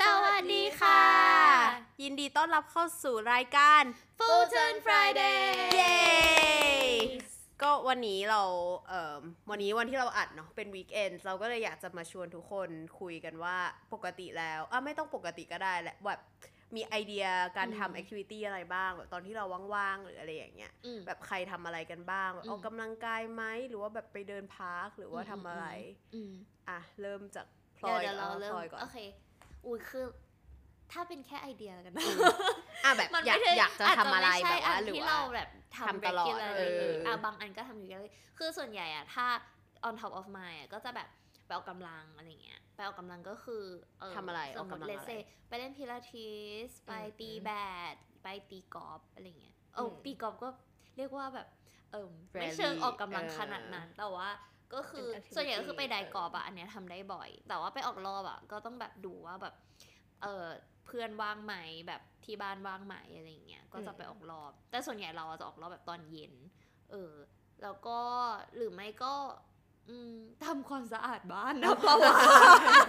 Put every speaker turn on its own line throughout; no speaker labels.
สวัสดีค่ะ
ยินดีต้อนรับเข้าสู่รายการ
Fulton Friday
เย้ก็วันนี้เราเอ่อวันนี้วันที่เราอัดเนาะเป็นวีคเอนเราก็เลยอยากจะมาชวนทุกคนคุยกันว่าปกติแล้วอ่ะไม่ต้องปกติก็ได้แหละแบบมีไอเดียการ
อืม
ทำแอคทิวิตี้อะไรบ้างแบบตอนที่เราว่างๆหรืออะไรอย่างเงี้ย
อืม
แบบใครทำอะไรกันบ้างแบบ
อืม
ออกกำลังกายไหมหรือว่าแบบไปเดินพาร์คหรือว่าทำอะไร
อื อืม
อ่ะเริ่มจากพลอย
เดี๋วย เดี๋ยวเรา
อ
เริ่ม
พลอยก่อน
โอเคอุ้ยคือ ถ้าเป็นแค่ไอเดียแล้วกันนะ
อ่ะแบบอยาก
ใช่
อยากจะทำอะไร
าจ
แบ
จม่ใช่
บว่า
อัน
หรือ
ที่
ว่า
เราแบบทำ
ทำตลอด
regularly
เออ
เลยอ่ะบางอันก็ทำอยู่กันเลยคือส่วนใหญ่อ่ะถ้า on top of mind อ่ะก็จะแบบไปออกกำลังอะไรเงี้ยไปออกกำลังก็คือเ
ทำอะไร
สมม
ออกกำลัง
เล
อะไร
เซไปเล่นพิลาทิสไป
อืม
ตี
อืม
แบดไปตีกอล์ฟอะไรเงี้ยเอออ
ม
ตีกอล์ฟก็เรียกว่าแบบเออ
Rally
ไม่เชิงออกกำลัง
เออ
ขนาดนั้นแต่ว่า ก็คือ
เป็น activity
ส่วนใหญ่ก็คือไปได
เออ
กอล์ฟอะอันเนี้ยทำได้บ่อย แต่ว่าไปออกรอบอะก็ต้องแบบดูว่าแบบเออเพื่อนว่างไหมแบบที่บ้านว่างไหมอะไรอย่างเงี้ยก็จะไปออกรอบ แต่ส่วนใหญ่เราอะจะออกรอบแบบตอนเย็น เออ แล้วก็หรือไม่ก็ อืมทำความสะอาดบ้านนะเพราะว่า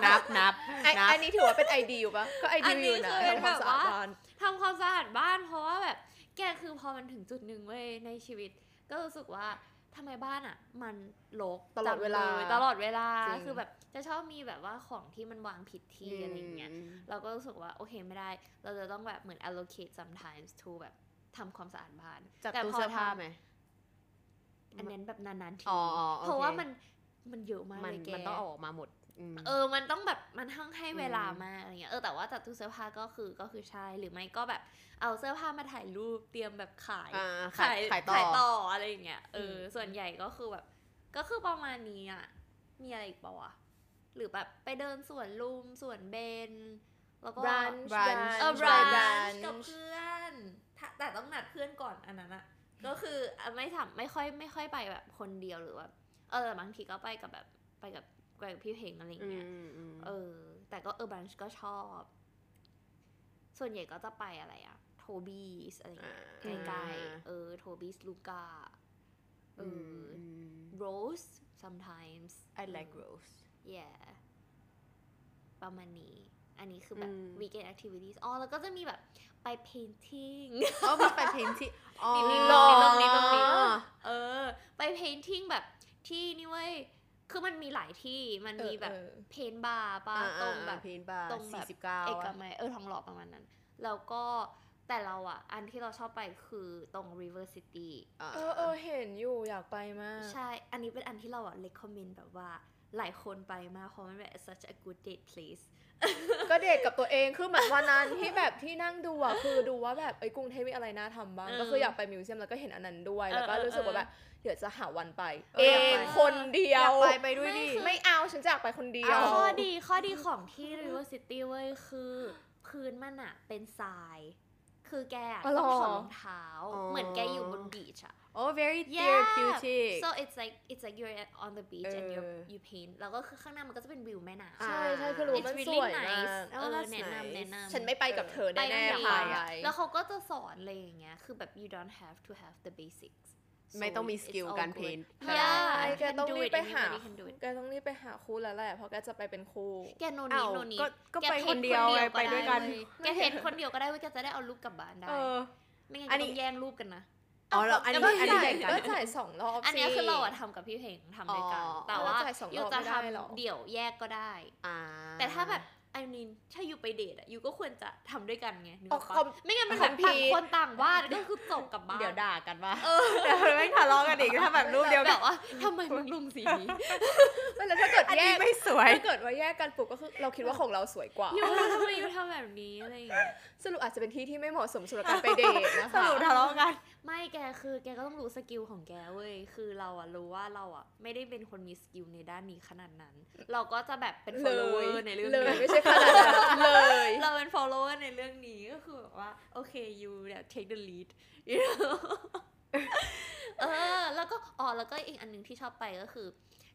นับนับ
ไอ้
นับ
อันนี้ถือว่าเป็นไอเดียปะก็ไอเดีย
อันนี้
อยู่นะ
คือเป็น
ทำความ
แบบ
สะ
ว่า
อาดบ้าน
ทำความสะอาดบ้านเพราะว่าแบบ แกคือพอมันถึงจุดหนึ่งเว้ยในชีวิต ก็รู้สึกว่าทำไมบ้านอ่ะ มันรก
ตลอดเวลา
จังยตลอดเวลา
จริง
คือแบบจะชอบมีแบบว่าของที่มันวางผิดที่อะไรอย่างเงี้ย เราก็รู้สึกว่าโอเคไม่ได้ เราจะต้องแบบเหมือน allocate sometimes to แบบทำความสะอาดบ้าน
จาก
แต่
ตู้
พอ
เสื้อผ้า
ทำ
ไหม
อันนั้นแบบนานๆที
อ๋ออ๋อโอเค
เพราะว่ามันมันเยอะมาก
มัน
เลยแก
มันต้องเอาออกมาหมดอืม
เออมันต้องแบบมันทั้งให้เวลา
อืม
มากอะไรเงี้ยเออแต่ว่าจัดตู้เสื้อผ้าก็คือก็คือใช่หรือไม่ก็แบบเอาเสื้อผ้ามาถ่ายรูปเตรียมแบบขาย
อ่าขายขายต่อ
ขายต่ออะไรอย่างเงี้ย เอออ
ม
ส่วนใหญ่ก็คือแบบ ก็คือประมาณนี้อ่ะ มีอะไรอีกเปล่าวะ หรือแบบไปเดินสวนลุมสวนเบน แล้วก็
นบรัน
brunch
เออบ
ไป
รั
บรั
น
นช์
กับเพื่อนถ้าแต่ต้องนัดเพื่อนก่อนอันนั้นอะก็คืออ่ะไม่ทำไม่ค่อยไม่ค่อยไปแบบคนเดียวหรือว่า เออบางทีก็ไปกับแบบไปกับไปกับพี่เพลงอะไรอย่าง
อื
เงี้ย
มอืม
เออ แต่ก็เออบรันช์ก็ชอบ ส่วนใหญ่ก็จะไปอะไรอะโทบีสอะไรอย่างเงี้ย ใกล้ๆเออ โทบิสลูกาเอ
อื
อ
ม
อ
อืม
Rose sometimes
I like
เออ
rose
yeah ประมาณนี้ อันนี้คือแบบ
อืม
weekend activities อ๋อ แล้วก็จะมีแบบไป painting
ก็มีไปเพนที่อ๋อ
นี่นี่
ล
ล
อ
องง
ล
ล
อ
อง ง
ล
นี่
อ
ลอง งนี่
นี่
เออ ไป painting แบบที่นี่เว้ย คือมันมีหลายที่ มันมีแบบ
เออ
paint bar ปะ
อ่า
ตรงแบบ
เพนบาร์
ตรงแบบ
สี่สิบเก้า
เอกมัยเออทองหล่อประมาณนั้น แล้วก็แต่เราอะอันที่เราชอบไปคือตรง River City
เออเออเห็นอยู่อยากไปมาก
ใช่ อันนี้เป็นอันที่เราอะ recommend แบบว่าหลายคนไปมากเพราะมันแบบ such a good date place
ก็เดทกับตัวเองคือเหมือนวันนั้นที่แบบที่นั่งดูอะคือดูว่าแบบไอ้ยกรุงเทพมีอะไรน่าทำบ้าง
เออ
ก็คืออยากไปมิวเซียมแล้วก็เห็นอันนั้นด้วย แล้วก็
เออเออ
รู้สึกว่าแบบเดี๋ยวจะหาวันไป
เอ
เอ
ออยาก
ง
ไป
คนเดี
อยยาก
ว
ไปไปด้วยดิ
ไม่คือ
ไม่เอาฉันจะอยากไปคนเดียว
ข้อดีข้อดีของที่ River City เว้ยคือพื้นมันอะเป็นทราย คือแกอะ
อ๋อเหร
ต้อ
อ
งถอดรองเท้า
อ๋อ
เหมือนแกอยู่บนบีชอะ
โอ้ very
Yeah.
therapeutic
so it's like it's like you're at- on the beach and you
เออ
you paint แล้วก็คือข้างหน้ามันก็จะเป็นวิวแม่น้ำ
อ่ะ
ใช่ใช่คือรู้ว่า
It's
มัน
really
สวยมาก
nice
อ๋
เอ
อ
อ
that's
แนะ
nice
นำแนะนำ
ฉันไม่ไปกับเธอ
ไป
แน่
กั
ๆ
บ
พา
เธ
ไป
อแล้วเขาก็จะสอนอะไรอย่างเงี้ย คือแบบ you don't have to have the basics So
ไม่ต้องมี
it's
สกิล
all
การ
good
เพน
yeah
ไอ้
you
แก
can
ต้อง
do
รี
it
บไปหา
anybody can do it
แกต้องรีบไปหาครูแล้วแหละเพราะแกจะไปเป็นครู
แกโน
อ้า
นี้
ว
โนนี้
ก็ก็ไปคนเดียวไงไปด้วยกัน
แกเทรนคนเดียวก็ได้เว้ยแกจะได้เอารูปกลับบ้านได้
เออ
ไม่งั้น
อัน
ก็
นี้
ต้องแย่งรูปกันนะ
อ๋อเหรออันนี้
ก็
อันนี้
จ่าย
แบ่งกัน
ก็จ่ายสองรอบ
อันเนี้ย
สิ
คือเราอะทำกับพี่เพลงทำด้วยกัน
อ๋อ
แต่ว่า
แล้วจ่ายสองรอบ
ยู่จะ
ไม่ได้หรอ
ทำเดี่ยวแยกก็ได้
อ่า
แต่ถ้าแบบไอมินถ้าอยู่ไปเดทอะอยู่ก็ควรจะทำด้วยกันไงนึกออก
อ๋อคอ
ปะ
ม
ไม่งั้นมันแบบ
คอมพี
ต่าง
ท
คนต่างวาดก็คือจบกลับบ้าน
เดี๋ยวด่ากันว่าเดี๋ยวไม่ทะเลาะกันอีกถ้าแบบรูปเดียว
แบ
กัน
บว่าทำไมมึงลงสี นี้
ไม่แล้วถ้าเกิด
อัน
แย
นี้
ก
ไม่สวย
ถ้าเกิดว่าแยกกันปุ๊บก็คือเราคิดว่าของเราสวยกว่า
อยู่ทำไมอยู่ทำแบบนี้อะไรอย่างเงี้ย
สรุปอาจจะเป็นที่ที่ไม่เหมาะสมสำหรับการไปเดทนะ
ส
คะ
รุปทะเลาะกัน
ไม่แกคือแกก็ต้องรู้สกิลของแกเว้ยคือเราอะรู้ว่าเราอะไม่ได้เป็นคนมีสกิลในด้านนี้ขนาดนั้น เราก็จะแบบเป็น
เล
follower
ย
ในเรื่อง
เลย
นี้
ไม่ใช่ขนาดนั้นเลย
เราเป็น follower ในเรื่องนี้ก็คือแบบว่าโอเค you แบบ take the lead you know เออ แล้วก็อ๋อแล้วก็อีกอันหนึ่งที่ชอบไปก็คือ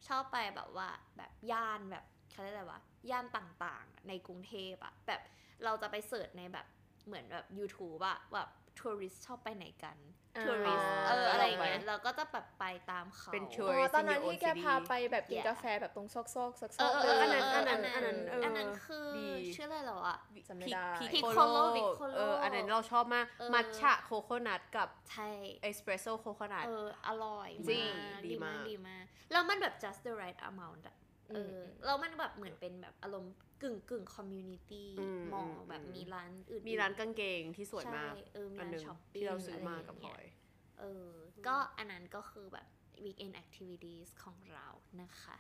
ชอบไปแบบว่าแบบย่านแบบเขาเรียกอะไรวะย่านต่างๆ ในกรุงเทพอะแบบเราจะไปเสิร์ชในแบบเหมือนแบบ YouTube อะแบบ ทัวริสชอบไปไหนกัน
อ่า
ทัวริสเอออะไรอย่างเงี้ย
ไป
เราก็จะแบบไปตามเขา
เป็น
อ๋
tour
อตอนนั้นที่แกพาไปแบบกิน
Yeah
กาแฟแบบตรงซอกซอกซอกซ
เอ
อก
อเอ
เอ
อ
อ
เอ
อั
อน
นั้น
เอ
อั
อน อัน
นั้น
นั้อั
อันนั้น นเออ
นนั้นคือ
ดี
ชื่ออะไรเหรออะ
จำไม่ได้
พิคโคโล
Piccolo Piccolo
เอออันนั้นเราชอบมาก
เออ
มัทฉะโคโคนัทกับ
ใช่
เอสเปรสโซ่โคโคนัท
เอออร่อย
จริง
มาก
ดี
ดี
า
มาม
ก ก
ดีมากแล้วมันแบบ just the right amount อะเอออ
ม
แล้วมันแบบเหมือนเป็นแบบอารมณ์กึ่งกึ่ง community
อืม
มองแบบ
อืม
มีร้านอื่น
มีร้านกางเกงที่สวยมาก
ใช่เออมี
อันห
ร้าน
นึ่ง
ช้อปปิ้ง
ที่เราซื้อมากับพ
ะ
ลอง
ไร
ย
เงี้เออ ก็อันนั้นก็คือแบบ weekend activities ของเรานะคะ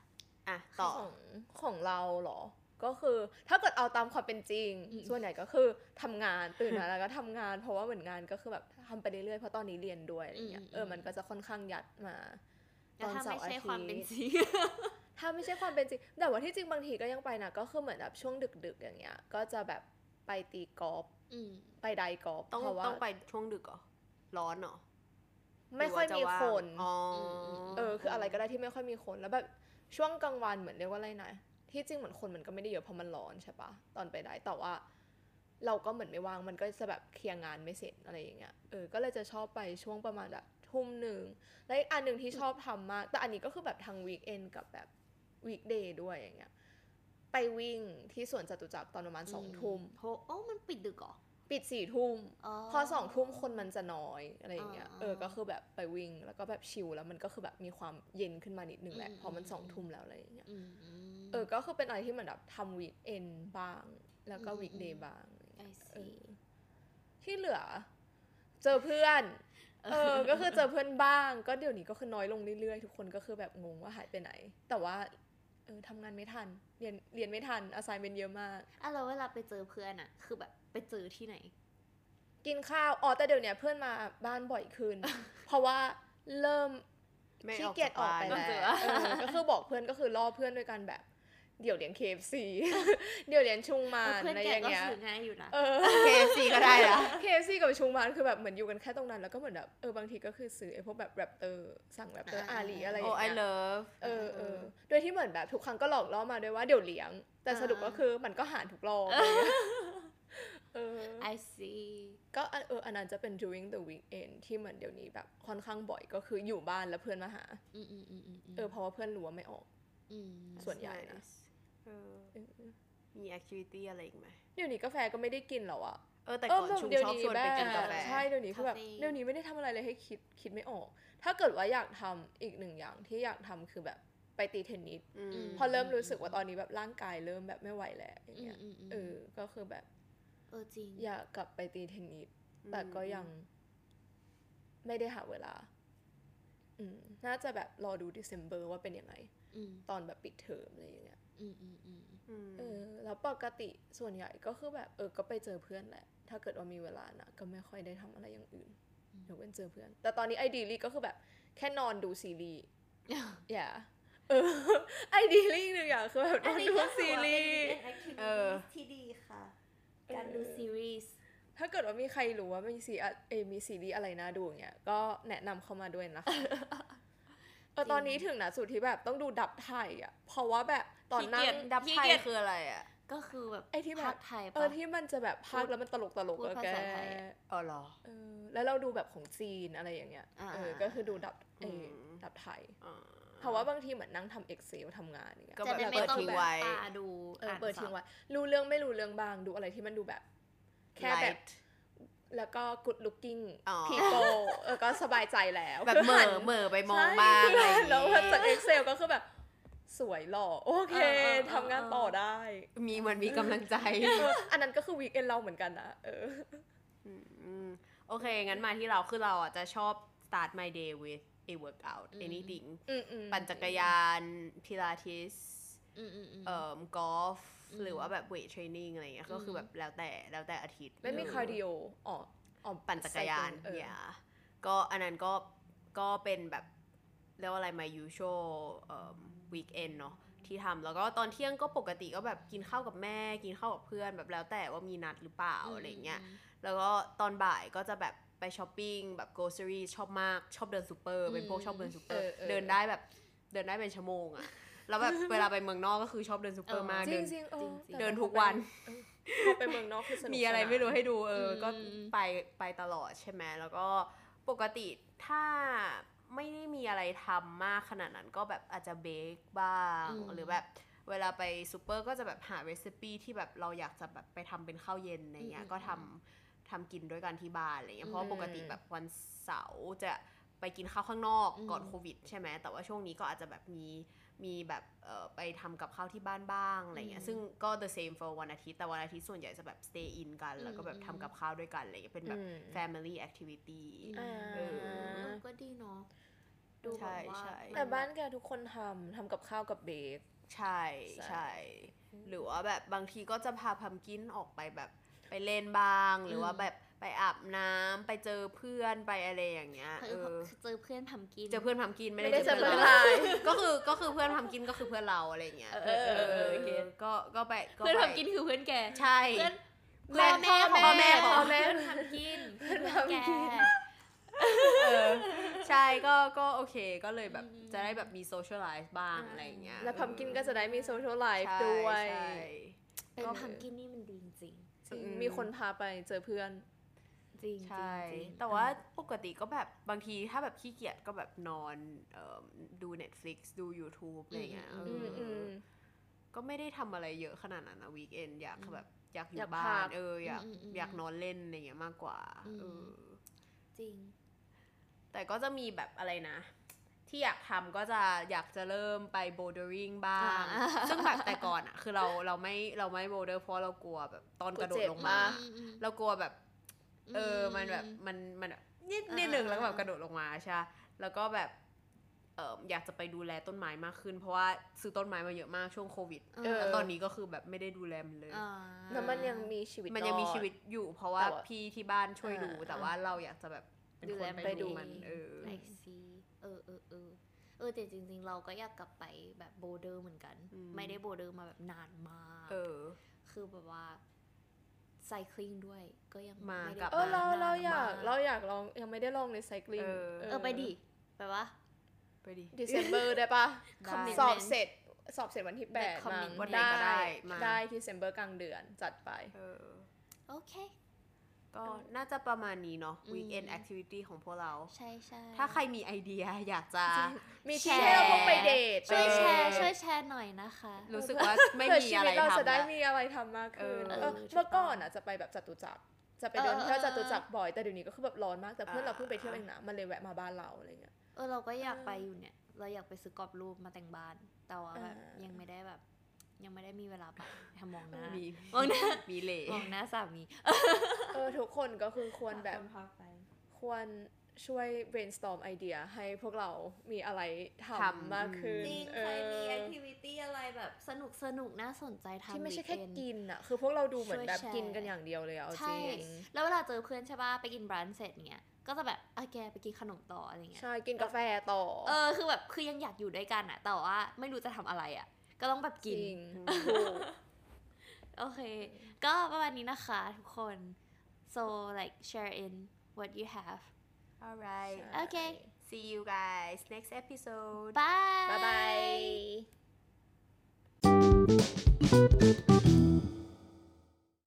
อ่ะ ต่อ
ของของเราเหรอ ก็คือถ้าเกิดเอาตามความเป็นจริง
อืม
ส่วนใหญ่ก็คือทำงานตื่นมาแล้วก็ทำงาน เพราะว่าเหมือนงานก็คือแบบทำไปเรื่อยๆเพราะตอนนี้เรียนด้วยอะไรเงี้ยเออมันก็จะค่อนข้างยัดมาต
แล้ว
อน
ถ้า
เสา
ไม่
ร์อา
ใช่
ทิ
ความเป็น
ตย์
จริง
ถ้าไม่ใช่ความเป็นจริง แต่ว่าที่จริงบางทีก็ยังไปนะก็คือเหมือนแบบช่วงดึกๆอย่างเงี้ย ก็จะแบบไปตีกอล์ฟ
อืม
ไปไดกอล์ฟ
ต้อง
เพราะว่า
ต้องไปช่วงดึกเหรอ ร้อนเหรอ
ไม่ค่อยมีคน
หรือว่าจะว่างอ๋อ
เออคืออะไรก็ได้ที่ไม่ค่อยมีคนแล้วแบบช่วงกลางวันเหมือนเรียกว่าอะไรนะที่จริงเหมือนคนมันก็ไม่ได้เยอะเพราะมันร้อนใช่ปะตอนไปได้แต่ว่า เราก็เหมือนไม่ว่างมันก็จะแบบเคลียร์งานไม่เสร็จอะไรอย่างเงี้ยเออก็เลยจะชอบไปช่วงประมาณแบบทุ่มหนึ่งและอีกอันหนึ่งที่ชอบทำมาก แต่อันนี้ก็คือแบบทางวีคเอนกับแบบวีคเดย์ด้วยอย่างเงี้ยไปวิ่งที่สวนจตุจักรตอนประมาณสองทุ่ม
โหโอ้มันปิดดึกเหรอ
ปิดสี่ทุ่ม
อ๋อ
พอสองทุ่มคนมันจะน้อยอะไรอย่างเงี้ย
อ๋อ
เออ ก็คือแบบไปวิ่งแล้วก็แบบชิลแล้วมันก็คือแบบมีความเย็นขึ้นมานิดนึงแหละ
อืม
พอมัน
อืม
สองทุ่มแล้วอะไรอย่างเงี้ย
อืม
เออ ก็คือเป็นอะไรที่เหมือนแบบทำวีคเอนบ้าง แล้วก็
อืม
วีคเด
อื
ย์
ม
บ้างอะไรอย่างเงี้ย
I
เอ
see
อที่เหลือ เจอเพื่อน เออ ก็คือเจอเพื่อนบ้าง ก็เดี๋ยวนี้ก็คือน้อยลงเรื่อยๆ ทุกคนก็คือแบบงงว่าหายไปไหน แต่ว่า เออทำงานไม่ทัน เรียน เรียนไม่ทัน อา i g n เ e n t เยอะมาก
อ่ะเราเวลาไปเจอเพื่อนอะคือแบบไปเจอที่ไหน
กินข้าว อ๋อ แต่เดี๋ยวเนี้ยเพื่อนมาบ้านบ่อย ขึ้น เพราะว่าเริ่ม
ไม่
ขี้
ออก
เกียจออกไป
จาก
แล้
บ้าน
ว
เบื่อ
เออ ก็คือบอกเพื่อนก็คือล่อเพื่อนด้วยกันแบบ เดี๋ยวเลี้ ยง KFC เดี๋ยวเลี้ยงชุงมาน
เพื่อน
อะไร
แก
อย่าง
ก็
เงี้ย
ซื้อง่ายอยู่นะ
เออ
เคเอฟซีก็ได้ ละ
KFC กับชุงมานคือแบบเหมือนอยู่กันแค่ตรงนั้น แล้วก็เหมือนแบบเออบางทีก็คือซื้อไอ้พวกแบบแรปเตอร์สั่งแรปเตอร์อา
อ่า
ลีอะไรอ
โอ้
ย่าง
I
เงี้ย
love
เออเออโดยที่เหมือนแบบทุกครั้งก็หลอกล่อมาด้วยว่าเดี๋ยวเลี้ยง แต่สรุปก็คือมันก็หารทุกรอบอะไรอย่างเงี้ยเออ
I see
ก็เออเอออันนั้นจะเป็น during the weekend ที่เหมือนเดี๋ยวนี้แบบค่อนข้างบ่อยก็คืออยู่บ้านแล้วเพื่อนมาหา
อืมอืมอืมอืม
เออเพราะว่าเพื่อนรู้ว่าไม่ออก
ม
ส่วน ใหญ่นะ
Nice เออมีแอคทิวิตี้อะไรอีกไหม
เดี๋ยวนี้กาแฟก็ไม่ได้กินแล้วอะ
เออแต่
เอ
ก่
อ
อน
แบบ
ชุม
เดี๋ยว
ชอบ
นี้
ชวน
แบ
ไป
บ
กินกาแฟ
ใช่เดี๋ยวนี้คือแบบ
Coffee
เดี๋ยวนี้ไม่ได้ทำอะไรเลยให้คิดคิดไม่ออก ถ้าเกิดว่าอยากทำอีกหนึ่งอย่างที่อยากทำคือแบบไปตีเทนนิส
อืม
พอเริ่มรู้สึกว่าตอนนี้แบบร่างกายเริ่มแบบไม่ไหวแล้วอย่าง
อืม
เงี้ย
อืมอืม
เออก็คือแบบ
เออจริง
อยากกลับไปตีเทนนิสแต่ก็ยังไม่ได้หาเวลา อืมน่าจะแบบรอดู December ว่าเป็นยังไง
อืม
ตอนแบบปิดเทอมอะไรอย่างเงี้ย
อืมอืมอืม
อืม
เออแล้วปกติส่วนใหญ่ก็คือแบบเออก็ไปเจอเพื่อนแหละ ถ้าเกิดว่ามีเวลานะก็ไม่ค่อยได้ทำอะไรอย่างอื่นยกเว้นเจอเพื่อน แต่ตอนนี้ไอดีลีก็คือแบบแค่นอนดูซีรี ส์อย่าเอ อไอดีลีหนึ่งอย่างคือแบบนอนดูซีรีส์
เออ
ที่ดีค่ะ การดูซีรีส์
ถ้าเกิดว่ามีใครรู้ว่ามีซีอะเอยมีซีรีส์อะไรน่าดูอย่างเงี้ยก็แนะนำเข้ามาด้วย นะคะเออตอนนี้ถึงนะสุดที่แบบต้องดูดับไทยอ่ะเพราะว่าแบบตอนนั่ง
ดับไทยคืออะไรอ่ะ
ก็คือแบบ
ไอที่แบ
ภา
บ
คไทย
เอ
ปะ
อที่มันจะแบบพากย์แล้วมันตลกตลก
พู
แล้
ด
ว
ภา
แก
ษาไทยอะ
อ๋อเหรอ
เออแล้วเราดูแบบของจีนอะไรอย่างเงี้ย
อ่า
เออ
อ่า
ก็คือดูดับเออ
ม
ดับไทย
อ๋อ
เพราะว่าบางทีเหมือนนั่งทำเอ็กเซลทำงานอย่างเงี้ย
ก็
จะได้
แบบ
ไม่ต้อง
เปิดทิ้ง
แบบ
ไว้
ตาดู
เออ
าน
เปิดทิ้ง
สับ
ไว้รู้เรื่องไม่รู้เรื่องบางดูอะไรที่มันดูแบบ แค่แบบ
Light
แล้วก็ good looking
อ๋อ
people เออก็สบายใจแล้ว
แบบเหม่อเหม่อไปมอง
ใช่
บ้างอะไรอย่าง
แล้วพอจาก
งี้
เอ็กเซลก็คือแบบ สวยหล่อโอเคทำงานต่อได้
มีเหมันมีกำลังใจ
เอออันนั้นก็คือวีคเอนเราเหมือนกันนะเออ
อืมโอเค งั้นมาที่เราคือเราอ่ะจะชอบ start my day with a workout anything
อืมอืม
ปั่นจักรยาน พิลาทิส
อืมอืมอืม
เอ่อ กอล์ฟ
อืม
หรือว่าแบบเวทเทรนนิ่งอะไรเงี้ย ก็คือแบบแล้วแต่แล้วแต่อาทิตย์
ไม่มี
เออ
คาร์ดิโออ๋ออ๋อ
ปั่นจักรยาน
เออ
อย่าก็อันนั้นก็ ก็เป็นแบบ เรียกว่าอะไร my usual เอ่อ weekend เนาะที่ทำแล้วก็ตอนเที่ยงก็ปกติก็แบบกินข้าวกับแม่ กินข้าวกับเพื่อนแบบแล้วแต่ว่ามีนัดหรือเปล่าอะไรเงี้ย แล้วก็ตอนบ่ายก็จะแบบไปช้อปปิ้งแบบ grocery ชอบมากชอบเดินซูเปอร์เป็นพวก
อืม
ชอบเดินซูเปอร์
เออเออ
เดินได้แบบเดินได้เป็นชั่วโมงอะแล้วแบบ เวลาไปเมืองนอกก็คือชอบเดินซูเปอร์มาก
จริ
เดิ
ง
น
จริงๆเออ
จริงๆ
แต่
เดินทุก
แบบ
วัน
เออ พอไปเมืองนอกคือสนุก
มีอะไร
สนาน
ไม่รู้ให้ดูเอออ
ม
ก็ไปไปตลอดใช่ไหมแล้วก็ปกติถ้าไม่ได้มีอะไรทำมากขนาดนั้นก็แบบอาจจะเบคบ้าง
อืม
หรือแบบเวลาไปซูเปอร์ก็จะแบบหาเรซิปีที่แบบเราอยากจะแบบไปทำเป็นข้าวเย็นอะไรเงี้ยก็ทำทำกินด้วยกันที่บ้านอะไรเงี้ยเพราะว่าปกติแบบวันเสาร์จะไปกินข้าวข้างนอก
อืม
ก่อนโควิดใช่ไหมแต่ว่าช่วงนี้ก็อาจจะแบบมี มีแบบเอ่อไปทำกับข้าวที่บ้านบ้างอะไรเงี้ย
อืม
ซึ่งก็ the same for วันอาทิตย์ แต่วันอาทิตย์ส่วนใหญ่จะแบบ stay in กัน แล้วก็แบบ
อืม
ทำกับข้าวด้วยกันอะไรเงี้ยเป็นแบบ
อืม
family activity
อ่า
เออก็ดีเนาะดู
ใช่
แบบว่า
ใช่
แต่บ้านแกทุกคนทำทำกับข้าวกับเบค
ใช่
ใช่
ใช่ หรือว่าแบบบางทีก็จะพาพัมกินออกไปแบบไปเล่นบ้าง หรือว่าแบบไปอาบน้ำไปเจอเพื่อนไปอะไรอย่างเงี้ย
เอ
เอ
อ
อ
เจอเพื่อนทำกิน
เจอเพื่อนพัมกินไม่
ไม่ได้
ได้เจอเพื่อน
เจอเพื่อน
เราก็คือก็คือเพื่อนพัมกินก็คือเพื่อนเราอะไรเงี้ย
เออเออเออ
เก็ตก็ก็ไป
เพื่อน
ไป
ทำกินคือเพื่อนแก
ใช่
เพื่อน
แม่พ่อแม่พ่อแม่
พ่อแม่เพื่อนทำกินเพื่อนแก
เออใช่ก็ก็โอเคก็เลยแบบ
อืม
จะได้แบบมีโซเชียลไลฟ์บ้าง
อ่า
อะไรอย่างเงี้ย
และพัมกินก็จะได้มีโซเชียลไลฟ์
ใช่
ด้วย
ใช่
เป็น
ก็
ทำกินนี่มันดีจริงจริง
จริง
อืม
มีคนพาไปเจอเพื่อน
จริง
ใช่
จริง
แต่ว่าปกติก็แบบบางทีถ้าแบบขี้เกียจก็แบบนอนเอิ่มดู Netflix ดู YouTube อะไรอย่างเงี้ยเอ
อื
อ
ม
อ
อืม
ก็ไม่ได้ทำอะไรเยอะขนาดนั้นนะวีคเอนอยากแบบอยากอ
อยา
ยู่
ก
บ้า
พั
น
ก
เอออยาก
มมม
อยากนอนเล่นอะไรอย่างเงี้ยมากกว่า
อืม
เออ
จริง
แต่ก็จะมีแบบอะไรนะ ที่อยากทำก็จะอยากจะเริ่มไป bouldering บ้าง
อ่า
ซึ่งแบบแต่ก่อนอะคือเราเราไม่เราไม่ boulder เพราะเรากลัวแบบตอนกระโดดลงมา
อ่ะ
อืมอืม
เรากลัวแบบ เอออ
ม
มันแบบมันมันแบบนิด
อ่า
นิดหนึ่งแล้วก็แบบ
อ่าก
ระโดดลงมาใช่ปะแล้วก็แบบเอออยากจะไปดูแลต้นไม้มากขึ้น เพราะว่าซื้อต้นไม้มาเยอะมากช่วงโควิด
เออ
แล้วตอนนี้ก็คือแบบไม่ได้ดูแลมันเลย
อ่า
แล้วมันยังมีชีวิต
มันยังมี
รอด
ชีวิตอยู่ เพราะว่า
แต่ว่า
พี่ที่บ้านช่วย
อ่า
ดู แต่ว่าเราอยากจะแบบเป็น
ดู
ค
แล
น
มัน
ไปดู
เอง
มันเออ
I see เออเออเออเออแต่จริง ๆ เราก็อยากกลับไปแบบโบเดอร์เหมือนกัน
อืม
ไม่ได้โบเดอร์มาแบบนานมาก
เออ
คือแบบว่าไซคลิงด้วยก็ยัง
มา
ไม่
กลั
ได้
บ
เออเรา
ม
เรา
นน
อยาก
ม
เราอยากลองยังไม่ได้ลองเลยไซคลิง
เออ
เออไปดิไปวะ
ไปดิ
เดซ ember ได้ ปะ
ได้
Commitment
สอบเสร็จสอบเสร็จวันที่
The
8มั้ง
commitment
วันไหนก็ได้มา
ได้เดซ ember กลางเดือนจัดไป
เออ
โอเค
ก็น่าจะประมาณนี้เนาะ
อืม
weekend activity ของพวกเรา
ใช่ใช่
ถ้าใครมีไอเดียอยากจะ
มี
แช
ที่
ร์
ให้เราพกไปเดท
ช่วยแชร์
เออ
ช่วยแชร์หน่อยนะคะ
รู้สึกว่าไม่
เพื่อ
มี
ชี
อะไร
วิตเราจะ
ทำ
ได้
แล้ว
มีอะไรทำมากขึ้น
เออ
เออเมื่อก่อนอ่ะจะไปแบบจตุจักรจะไปเดินเที่ยวจตุจักรบ่อยแต่เดี๋ยวนี้ก็คือแบบร้อนมากแต่เพื่อนเราเพิ่งไปเที่ยวเองนะมันเลยแวะมาบ้านเราอะไรเงี้ย
เออเราก็อยาก
เออ
ไปอยู่เนี่ย เราอยากไปซื้อกรอบรูปมาแต่งบ้าน แต่ว่าแบบ
อ่ายั
ยังไม่ได้แบบ ยังไม่ได้มีเวลาไป ทำมองหน้า
มี
มองหน้า
มีเหล่
มองหน้าสามี
เออทุกคนก็คือควรแบบ
นพาไป
ควรช่วย brainstorm ไอเดียให้พวกเรามีอะไรทำมากขึ้น
จริง
เอ
ใครมี
อ
activity อะไรแบบสนุกสนุกน่าสนใจทำ
ที่ไม่ใช่แค่
weekend
กินอะคือพวกเราดูเหมือนแบบ
ช่วยแชร์
กินกันอย่างเดียวเลยอะเอาจ
ใช่
ริง
แล้วเวลาเจอเพื่อนใช่ป่ะ ไปกินบรันช์เสร็จเนี่ย ก็จะแบบอ่ะแกไปกินขนมต่ออะไรเงี้ย
ใช่กินกาแฟต่อ
เออ คือแบบ คือยังอยากอยู่ด้วยกันอะแต่ว่าไม่รู้จะทำอะไรอะก็ต้องแบบ
จ
กิน
ริง
ถูก
โอเค ก็ประมาณนี้นะคะทุกคน so like share in what you have
alright
โอเค
see you guys next episode
บาย
บ๊ายบาย